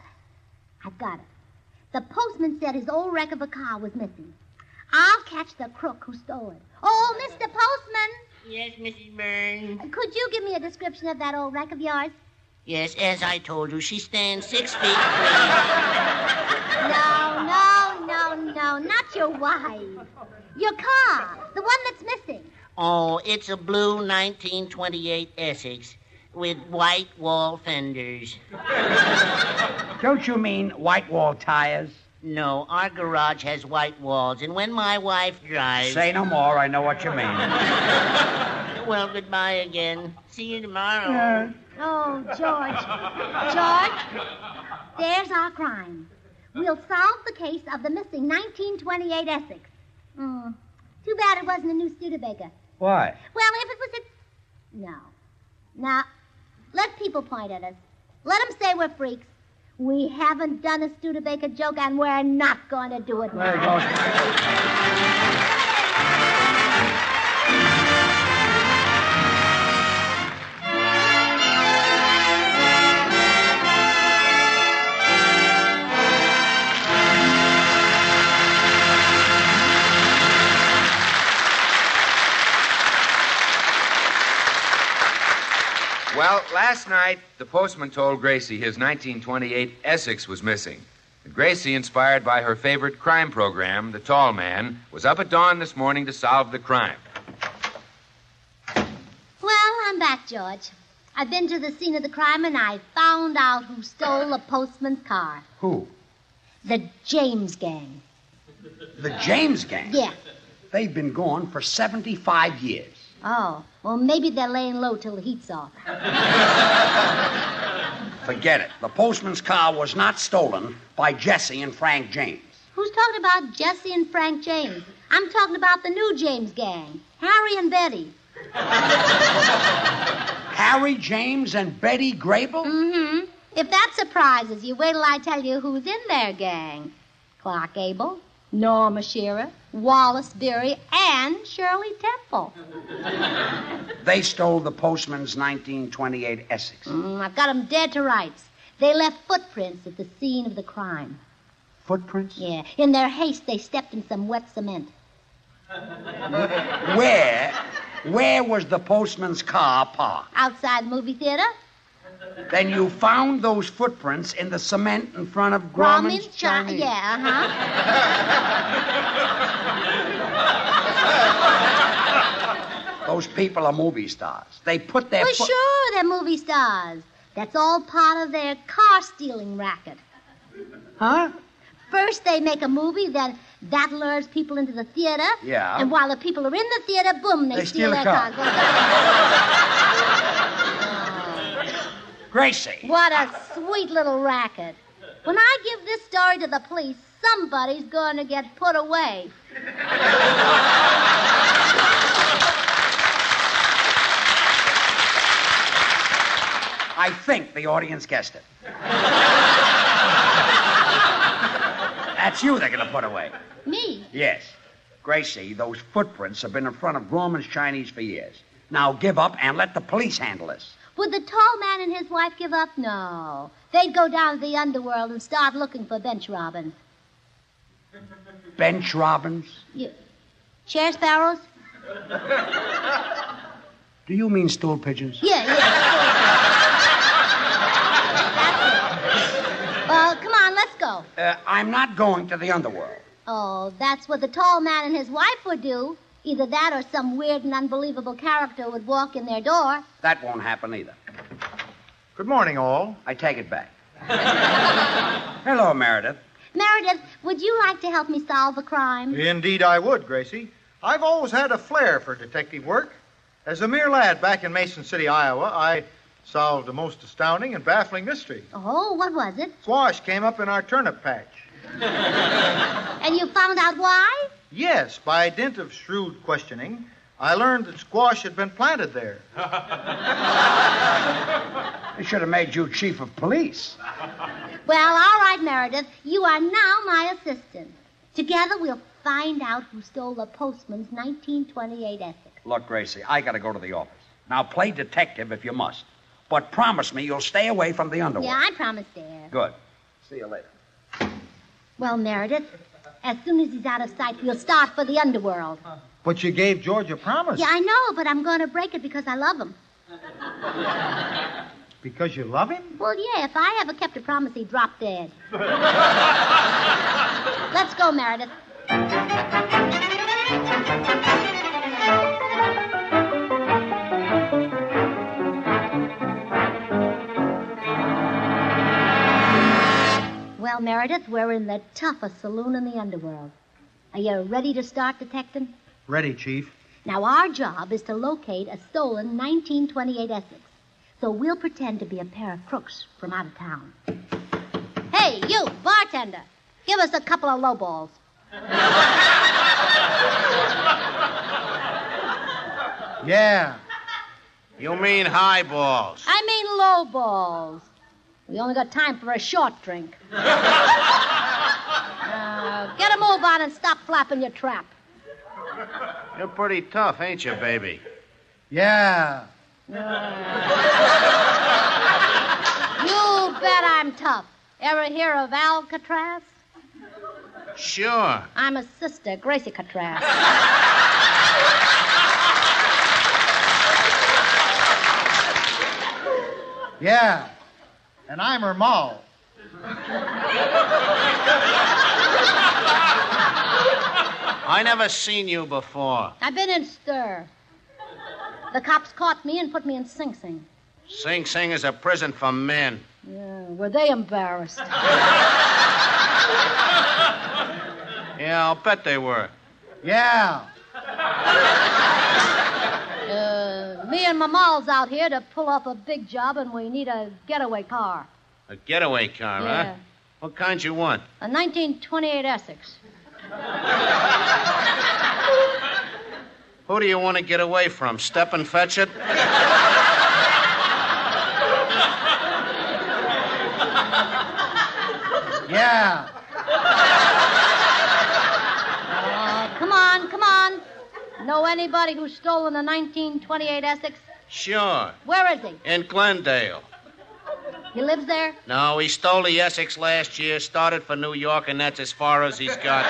Speaker 13: I've got it. The postman said his old wreck of a car was missing. I'll catch the crook who stole it. Oh, Mr. Postman,
Speaker 20: Yes, Mrs. Burns.
Speaker 13: could you give me a description of that old wreck of yours?
Speaker 20: Yes, as I told you, she stands six feet three.
Speaker 13: No, no, no, no, not your wife. Your car, the one that's missing.
Speaker 20: Oh, it's a blue 1928 Essex with white wall fenders.
Speaker 14: Don't you mean white wall tires?
Speaker 20: No, our garage has white walls, and when my wife drives.
Speaker 14: Say no more. I know what you mean.
Speaker 20: Well, goodbye again. See you tomorrow.
Speaker 14: Yeah.
Speaker 13: Oh, George. George, there's our crime. We'll solve the case of the missing 1928 Essex. Hmm. Too bad it wasn't a new Studebaker.
Speaker 14: Why?
Speaker 13: Well, if it was a. No. Now, let people point at us. Let 'em say we're freaks. We haven't done a Studebaker joke, and we're not going to do it now.
Speaker 15: Well, last night, the postman told Gracie his 1928 Essex was missing. And Gracie, inspired by her favorite crime program, The Tall Man, was up at dawn this morning to solve the crime.
Speaker 13: Well, I'm back, George. I've been to the scene of the crime and I found out who stole the postman's car.
Speaker 14: Who?
Speaker 13: The James gang.
Speaker 14: The James gang.
Speaker 13: Yeah.
Speaker 14: They've been gone for 75 years.
Speaker 13: Oh, well, maybe they're laying low till the heat's off.
Speaker 14: Forget it. The postman's car was not stolen by Jesse and Frank James.
Speaker 13: Who's talking about Jesse and Frank James? I'm talking about the new James gang, Harry and Betty.
Speaker 14: Harry James and Betty Grable?
Speaker 13: Mm-hmm. If that surprises you, wait till I tell you who's in their gang. Clark Abel, Norma Shearer, Wallace Beery, and Shirley Temple.
Speaker 14: They stole the postman's 1928 Essex.
Speaker 13: Mm, I've got 'em dead to rights. They left footprints at the scene of the crime.
Speaker 14: Footprints?
Speaker 13: Yeah. In their haste, they stepped in some wet cement.
Speaker 14: Where? Where was the postman's car parked?
Speaker 13: Outside the movie theater,
Speaker 14: Then you found those footprints in the cement in front of Grauman's
Speaker 13: Grauman's China. Yeah, uh
Speaker 14: Those people are movie stars. They put
Speaker 13: huh.
Speaker 14: their
Speaker 13: For
Speaker 14: foot-
Speaker 13: sure, they're movie stars. That's all part of their car stealing racket.
Speaker 14: Huh?
Speaker 13: First, they make a movie, then that lures people into the theater.
Speaker 14: Yeah.
Speaker 13: And while the people are in the theater, boom, they,
Speaker 14: They steal a
Speaker 13: steal, their
Speaker 14: car.
Speaker 13: car.
Speaker 14: Gracie.
Speaker 13: What a sweet little racket. When I give this story to the police, somebody's going to get put away.
Speaker 14: I think the audience guessed it. That's you they're going to put away.
Speaker 13: Me?
Speaker 14: Yes. Gracie, those footprints have been in front of Gorman's Chinese for years. Now give up and let the police handle this.
Speaker 13: Would the tall man and his wife give up? No. They'd go down to the underworld and start looking for bench robins.
Speaker 14: Bench Robbins?
Speaker 13: You... Chair sparrows?
Speaker 7: Oh.
Speaker 14: Do you mean stool pigeons?
Speaker 13: Yeah, yeah. well, come on, let's go.
Speaker 14: Uh, I'm not going to the underworld.
Speaker 13: Oh, that's what the tall man and his wife would do. Either that or some weird and unbelievable character would walk in their door.
Speaker 14: That won't happen either.
Speaker 23: Good morning, all.
Speaker 14: I take it back. Hello, Meredith.
Speaker 13: Meredith, would you like to help me solve a crime?
Speaker 23: Indeed, I would, Gracie. I've always had a flair for detective work. As a mere lad back in Mason City, Iowa, I solved a most astounding and baffling mystery.
Speaker 13: Oh, what was it?
Speaker 23: Swash came up in our turnip patch.
Speaker 13: and you found out why?
Speaker 23: Yes, by dint of shrewd questioning, I learned that squash had been planted there.
Speaker 14: They should have made you chief of police.
Speaker 13: Well, all right, Meredith. You are now my assistant. Together we'll find out who stole the postman's 1928 essay.
Speaker 14: Look, Gracie, I got to go to the office. Now play detective if you must, but promise me you'll stay away from the underworld.
Speaker 13: Yeah, I promised, Dad.
Speaker 14: Good. See you later.
Speaker 13: Well, Meredith, as soon as he's out of sight, we'll start for the underworld.
Speaker 23: But you gave George a promise.
Speaker 13: Yeah, I know, but I'm going to break it because I love him.
Speaker 23: Because you love him?
Speaker 13: Well, yeah, if I ever kept a promise, he'd drop dead. Let's go, Meredith. Well, Meredith, we're in the toughest saloon in the underworld. Are you ready to start detecting?
Speaker 23: Ready, Chief.
Speaker 13: Now, our job is to locate a stolen 1928 Essex. So we'll pretend to be a pair of crooks from out of town. Hey, you, bartender, give us a couple of lowballs.
Speaker 23: Yeah.
Speaker 15: You mean highballs.
Speaker 13: I mean lowballs. We only got time for a short drink. Now, get a move on and stop flapping your trap.
Speaker 15: You're pretty tough, ain't you, baby?
Speaker 23: Yeah.
Speaker 13: You bet I'm tough. Ever hear of Alcatraz?
Speaker 15: Sure.
Speaker 13: I'm a sister, Gracie Catraz.
Speaker 23: Yeah. And I'm her moll.
Speaker 15: I never seen you before.
Speaker 13: I've been in stir. The cops caught me and put me in Sing Sing.
Speaker 15: Sing Sing is a prison for men.
Speaker 13: Yeah, were they embarrassed?
Speaker 15: Yeah, I'll bet they were.
Speaker 23: Yeah.
Speaker 13: Uh, me and my mal's out here to pull off a big job, and we need a getaway car.
Speaker 15: A getaway car, huh?
Speaker 13: Yeah.
Speaker 15: What kind you want?
Speaker 13: A 1928 Essex.
Speaker 15: Who do you want to get away from? Step and fetch it?
Speaker 23: Yeah.
Speaker 13: Uh, come on, come on. Know anybody who's stolen a 1928 Essex?
Speaker 15: Sure.
Speaker 13: Where is he?
Speaker 15: In Glendale.
Speaker 13: He lives there?
Speaker 15: No, he stole the Essex last year, started for New York, and that's as far as he's got.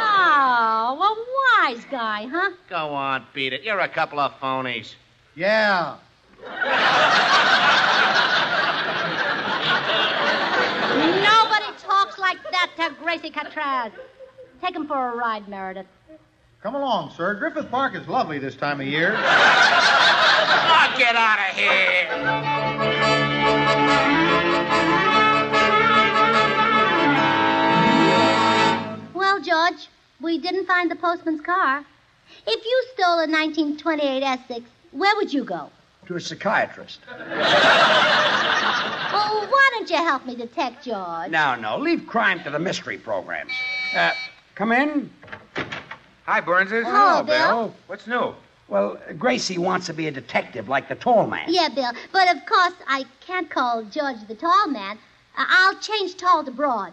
Speaker 13: Oh, a wise guy, huh?
Speaker 15: Go on, beat it. You're a couple of phonies.
Speaker 23: Yeah.
Speaker 13: Nobody talks like that to Gracie Catraz. Take him for a ride, Meredith.
Speaker 23: Come along, sir. Griffith Park is lovely this time of year.
Speaker 15: Oh, get out of here.
Speaker 13: Well, George, we didn't find the postman's car. If you stole a 1928 Essex, where would you go?
Speaker 14: To a psychiatrist.
Speaker 13: Well, what don't you help me detect George?
Speaker 14: No, no. Leave crime to the mystery programs. Uh, come in. Hi, Burns.
Speaker 13: Hello, Bill. Bill.
Speaker 14: What's new? Well, Gracie wants to be a detective like the tall man.
Speaker 13: Yeah, Bill. But of course, I can't call George the tall man. I- I'll change tall to broad.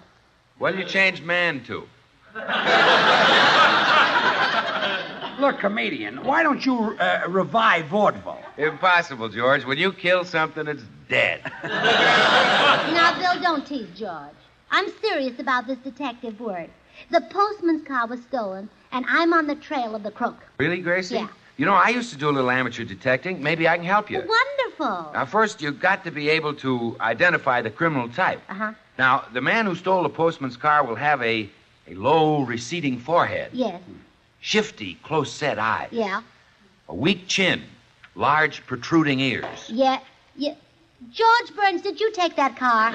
Speaker 15: Well, you changed man to.
Speaker 14: Look, comedian, why don't you uh, revive vaudeville?
Speaker 15: Impossible, George. When you kill something, it's dead.
Speaker 13: Now, Bill, don't tease George. I'm serious about this detective work. The postman's car was stolen, and I'm on the trail of the crook.
Speaker 15: Really, Gracie? Yeah. You know, I used to do a little amateur detecting. Maybe I can help you.
Speaker 13: Wonderful.
Speaker 15: Now, first, you've got to be able to identify the criminal type.
Speaker 13: Uh-huh.
Speaker 15: Now, the man who stole the postman's car will have a, a low, receding forehead,
Speaker 13: Yes.
Speaker 15: shifty, close set eyes,
Speaker 13: Yeah.
Speaker 15: a weak chin, large, protruding ears.
Speaker 13: Yeah. Yeah. George Burns, did you take that car?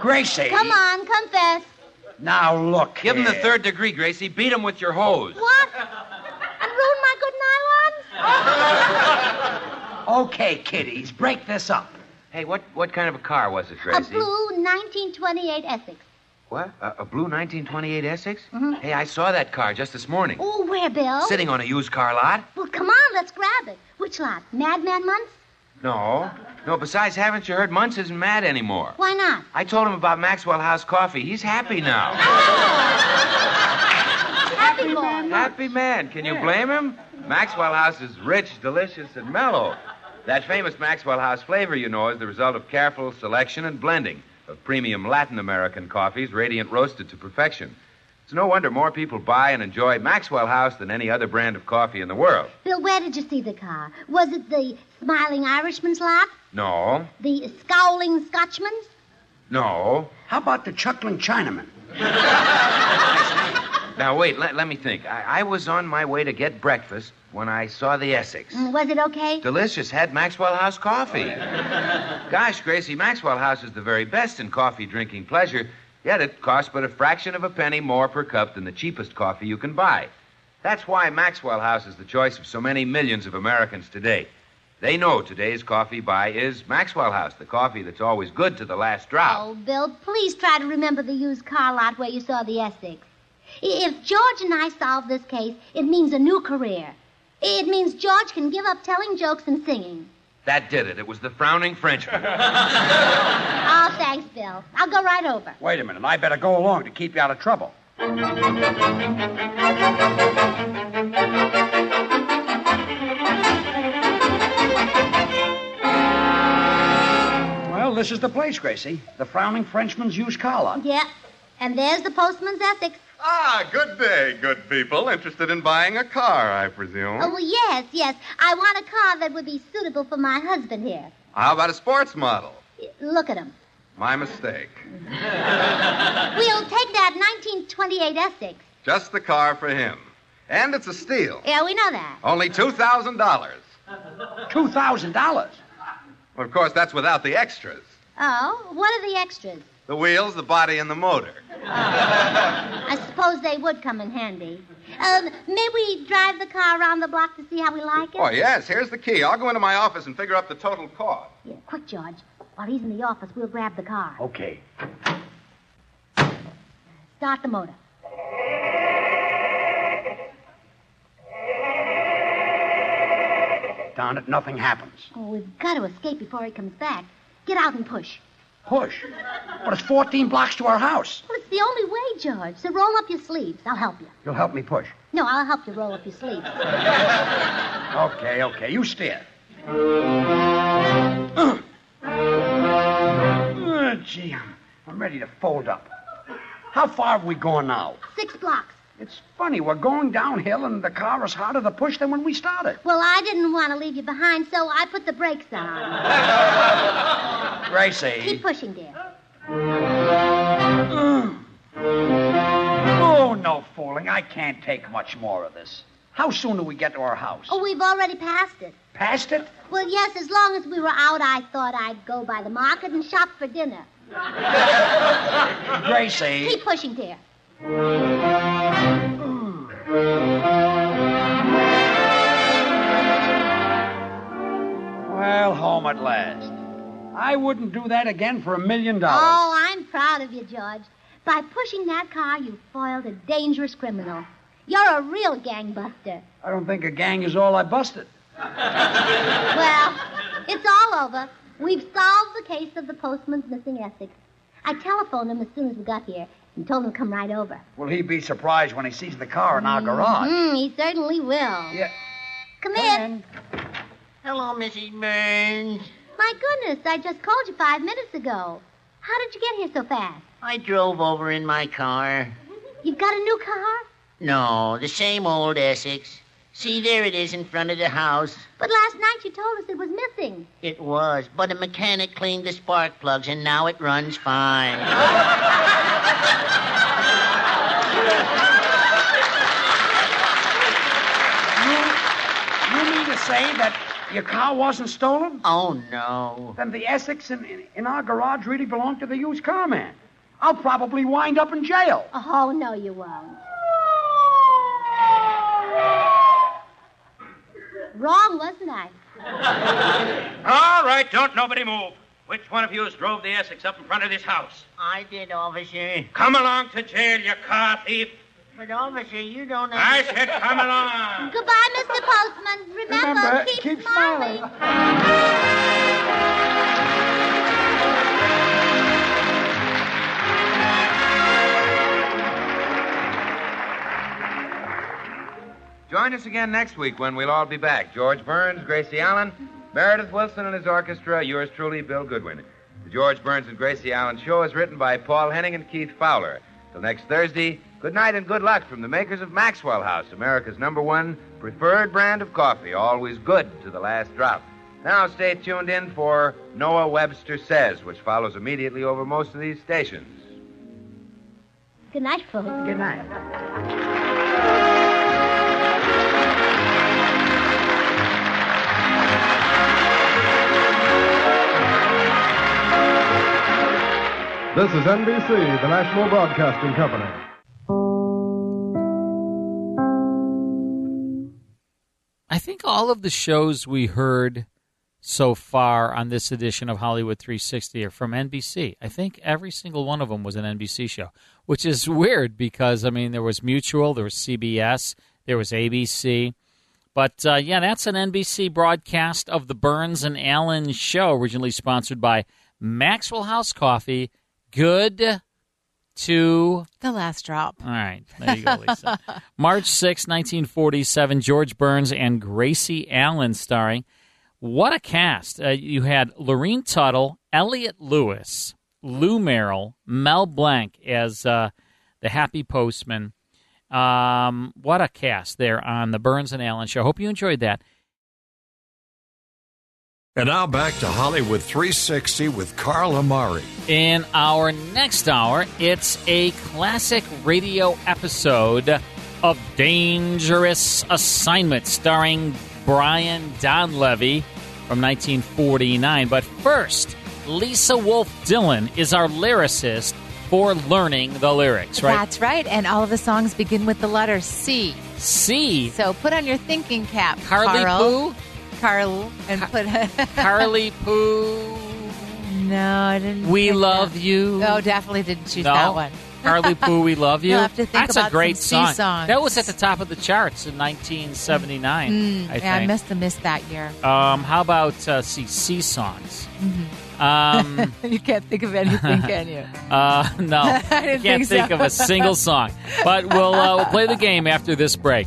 Speaker 14: Gracie.
Speaker 13: Come on, confess.
Speaker 14: Now, look.
Speaker 15: Give him the
Speaker 14: here.
Speaker 15: third degree, Gracie. Beat him with your hose.
Speaker 13: What? And ruin my good nylons?
Speaker 14: Okay, kiddies, break this up.
Speaker 15: Hey, what, what kind of a car was it,
Speaker 13: A
Speaker 15: Gracie?
Speaker 13: blue 1928 Essex.
Speaker 15: What? A, a blue 1928 Essex?
Speaker 13: Mm-hmm.
Speaker 15: Hey, I saw that car just this morning.
Speaker 13: Oh, where, Bill?
Speaker 15: Sitting on a used car lot?
Speaker 13: Well, come on, let's grab it. Which lot? Madman Months?
Speaker 15: No. No, besides, haven't you heard Muntz isn't mad anymore?
Speaker 13: Why not?
Speaker 15: I told him about Maxwell House coffee. He's happy now.
Speaker 13: Happy boy.
Speaker 15: happy man. Can you blame him? Maxwell House is rich, delicious, and mellow. That famous Maxwell House flavor, you know, is the result of careful selection and blending of premium Latin American coffees, radiant roasted to perfection. It's no wonder more people buy and enjoy Maxwell House than any other brand of coffee in the world.
Speaker 13: Bill, where did you see the car? Was it the smiling Irishman's lot?
Speaker 15: No,
Speaker 13: The scowling Scotchman's?
Speaker 15: no.
Speaker 14: How about the chuckling Chinaman?
Speaker 13: Mm,
Speaker 15: Now, wait, let, let me think. I, I was on my way to get breakfast when I saw the Essex.
Speaker 13: Mm, Was it okay?
Speaker 15: Delicious. Had Maxwell House coffee. Gosh, Gracie, Maxwell House is the very best in coffee drinking pleasure, yet it costs but a fraction of a penny more per cup than the cheapest coffee you can buy. That's why Maxwell House is the choice of so many millions of Americans today. They know today's coffee buy is Maxwell House, the coffee that's always good to the last drop.
Speaker 13: Oh, Bill, please try to remember the used car lot where you saw the Essex. I- If George and I solve this case, it means a new career. It means George can give up telling jokes and singing.
Speaker 15: That did it. It was the frowning Frenchman.
Speaker 13: Oh, thanks, Bill. I'll go right over.
Speaker 14: Wait a minute. I better go along to keep you out of trouble. Well, this is the place, Gracie. The frowning Frenchman's used car lot.
Speaker 13: Yeah. And there's the postman's Essex.
Speaker 17: Ah, good day, good people. Interested in buying a car, I presume.
Speaker 13: Oh, well, yes, yes. I want a car that would be suitable for my husband here.
Speaker 17: How about a sports model?
Speaker 13: Look at him.
Speaker 17: My mistake.
Speaker 13: We'll take that 1928 Essex.
Speaker 17: Just the car for him. And it's a steal.
Speaker 13: Yeah, we know that.
Speaker 17: Only $2,000.
Speaker 14: $2,000?
Speaker 17: Of course, that's without the extras
Speaker 13: Oh, what are the extras?
Speaker 17: the wheels, the body, and the motor.
Speaker 13: I suppose they would come in handy. Um, may we drive the car around the block to see how we like it?
Speaker 17: Oh, yes, here's the key. I'll go into my office and figure up the total cost.
Speaker 13: Yeah, quick, George. While he's in the office, we'll grab the car.
Speaker 14: Okay.
Speaker 13: Start the motor.
Speaker 14: Darn it, nothing happens.
Speaker 13: Oh, we've got to escape before he comes back. Get out and push.
Speaker 14: Push. But it's 14 blocks to our house.
Speaker 13: Well, it's the only way, George. So roll up your sleeves. I'll help you.
Speaker 14: You'll help me push.
Speaker 13: No, I'll help you roll up your sleeves.
Speaker 14: Okay, okay. You steer. Uh, gee, I'm, I'm ready to fold up. How far have we gone now?
Speaker 13: Six blocks.
Speaker 14: It's funny. We're going downhill, and the car is harder to push than when we started.
Speaker 13: Well, I didn't want to leave you behind, so I put the brakes on.
Speaker 14: Gracie.
Speaker 13: Keep pushing, dear.
Speaker 14: Oh, no fooling. I can't take much more of this. How soon do we get to our house?
Speaker 13: Oh, we've already passed it.
Speaker 14: Past it?
Speaker 13: Well, yes, as long as we were out, I thought I'd go by the market and shop for dinner.
Speaker 14: Gracie.
Speaker 13: Keep pushing, dear.
Speaker 15: home at last.
Speaker 14: I wouldn't do that again for a million dollars.
Speaker 13: Oh, I'm proud of you, George. By pushing that car, you foiled a dangerous criminal. You're a real gangbuster.
Speaker 14: I don't think a gang is all I busted.
Speaker 13: Well, it's all over. We've solved the case of the postman's missing Essex. I telephoned him as soon as we got here and told him to come right over.
Speaker 14: Will he be surprised when he sees the car in our garage?
Speaker 13: Mm, he certainly will. Yeah. Come in.
Speaker 20: Hello, Mrs. Burns.
Speaker 13: My goodness, I just called you five minutes ago. How did you get here so fast?
Speaker 20: I drove over in my car.
Speaker 13: You've got a new car?
Speaker 20: No, the same old Essex. See, there it is in front of the house.
Speaker 13: But last night you told us it was missing.
Speaker 20: It was, but a mechanic cleaned the spark plugs and now it runs fine.
Speaker 14: You mean to say that your car wasn't stolen?
Speaker 20: Oh, no.
Speaker 14: Then the Essex in, in, in our garage really belonged to the used car man. I'll probably wind up in jail.
Speaker 13: Oh, no, you won't. Wrong, wasn't I?
Speaker 2: All right, don't nobody move. Which one of you drove the Essex up in front of this house?
Speaker 20: I did, officer.
Speaker 2: Come along to jail, you car thief.
Speaker 20: But, officer, you don't know.
Speaker 2: I said come along.
Speaker 13: Goodbye, Mr. Postman. Remember,
Speaker 14: Remember,
Speaker 13: keep,
Speaker 14: keep
Speaker 13: smiling.
Speaker 15: Join us again next week when we'll all be back. George Burns, Gracie Allen, Meredith Wilson and his orchestra, yours truly, Bill Goodwin. The George Burns and Gracie Allen show is written by Paul Henning and Keith Fowler. Till next Thursday, good night and good luck from the makers of Maxwell House, America's number one preferred brand of coffee, always good to the last drop. Now stay tuned in for Noah Webster Says, which follows immediately over most of these stations.
Speaker 13: Good night, folks. Good night.
Speaker 1: This is NBC, the national broadcasting company.
Speaker 5: I think all of the shows we heard so far on this edition of Hollywood 360 are from NBC. I think every single one of them was an NBC show, which is weird because, I mean, there was Mutual, there was CBS, there was ABC. But uh, yeah, that's an NBC broadcast of the Burns and Allen show, originally sponsored by Maxwell House Coffee. Good to
Speaker 6: The last drop.
Speaker 5: all right, there you go, Lisa. March 6, 1947, George Burns and Gracie Allen starring. What a cast. Uh, you had Lorene Tuttle, Elliot Lewis, Lou Merrill, Mel Blanc as uh, the happy postman. Um, what a cast there on the Burns and Allen show. Hope you enjoyed that.
Speaker 12: And now back to Hollywood 360 with Carl Amari.
Speaker 5: In our next hour, it's a classic radio episode of Dangerous Assignment starring Brian Donlevy from 1949. But first, Lisa Wolf Dillon is our lyricist for learning the lyrics, right?
Speaker 6: That's right. And all of the songs begin with the letter C.
Speaker 5: C.
Speaker 6: So put on your thinking cap,
Speaker 5: Carly
Speaker 6: Carl. Carl, and put
Speaker 5: Carly Poo.
Speaker 6: No, I didn't.
Speaker 5: We
Speaker 6: pick that.
Speaker 5: love you.
Speaker 6: Oh, definitely didn't choose
Speaker 5: No.
Speaker 6: that one.
Speaker 5: Carly Poo, we love you.
Speaker 6: You'll have to think
Speaker 5: That's
Speaker 6: about
Speaker 5: a great
Speaker 6: some
Speaker 5: song.
Speaker 6: C songs.
Speaker 5: That was at the top of the charts in 1979.
Speaker 6: Mm,
Speaker 5: I think.
Speaker 6: yeah, I must have missed that year.
Speaker 5: Um, how about uh, see sea songs? Um,
Speaker 6: you can't think of anything, can you?
Speaker 5: uh, no,
Speaker 6: I
Speaker 5: can't
Speaker 6: didn't think
Speaker 5: think,
Speaker 6: so.
Speaker 5: of a single song. But we'll uh, we'll play the game after this break.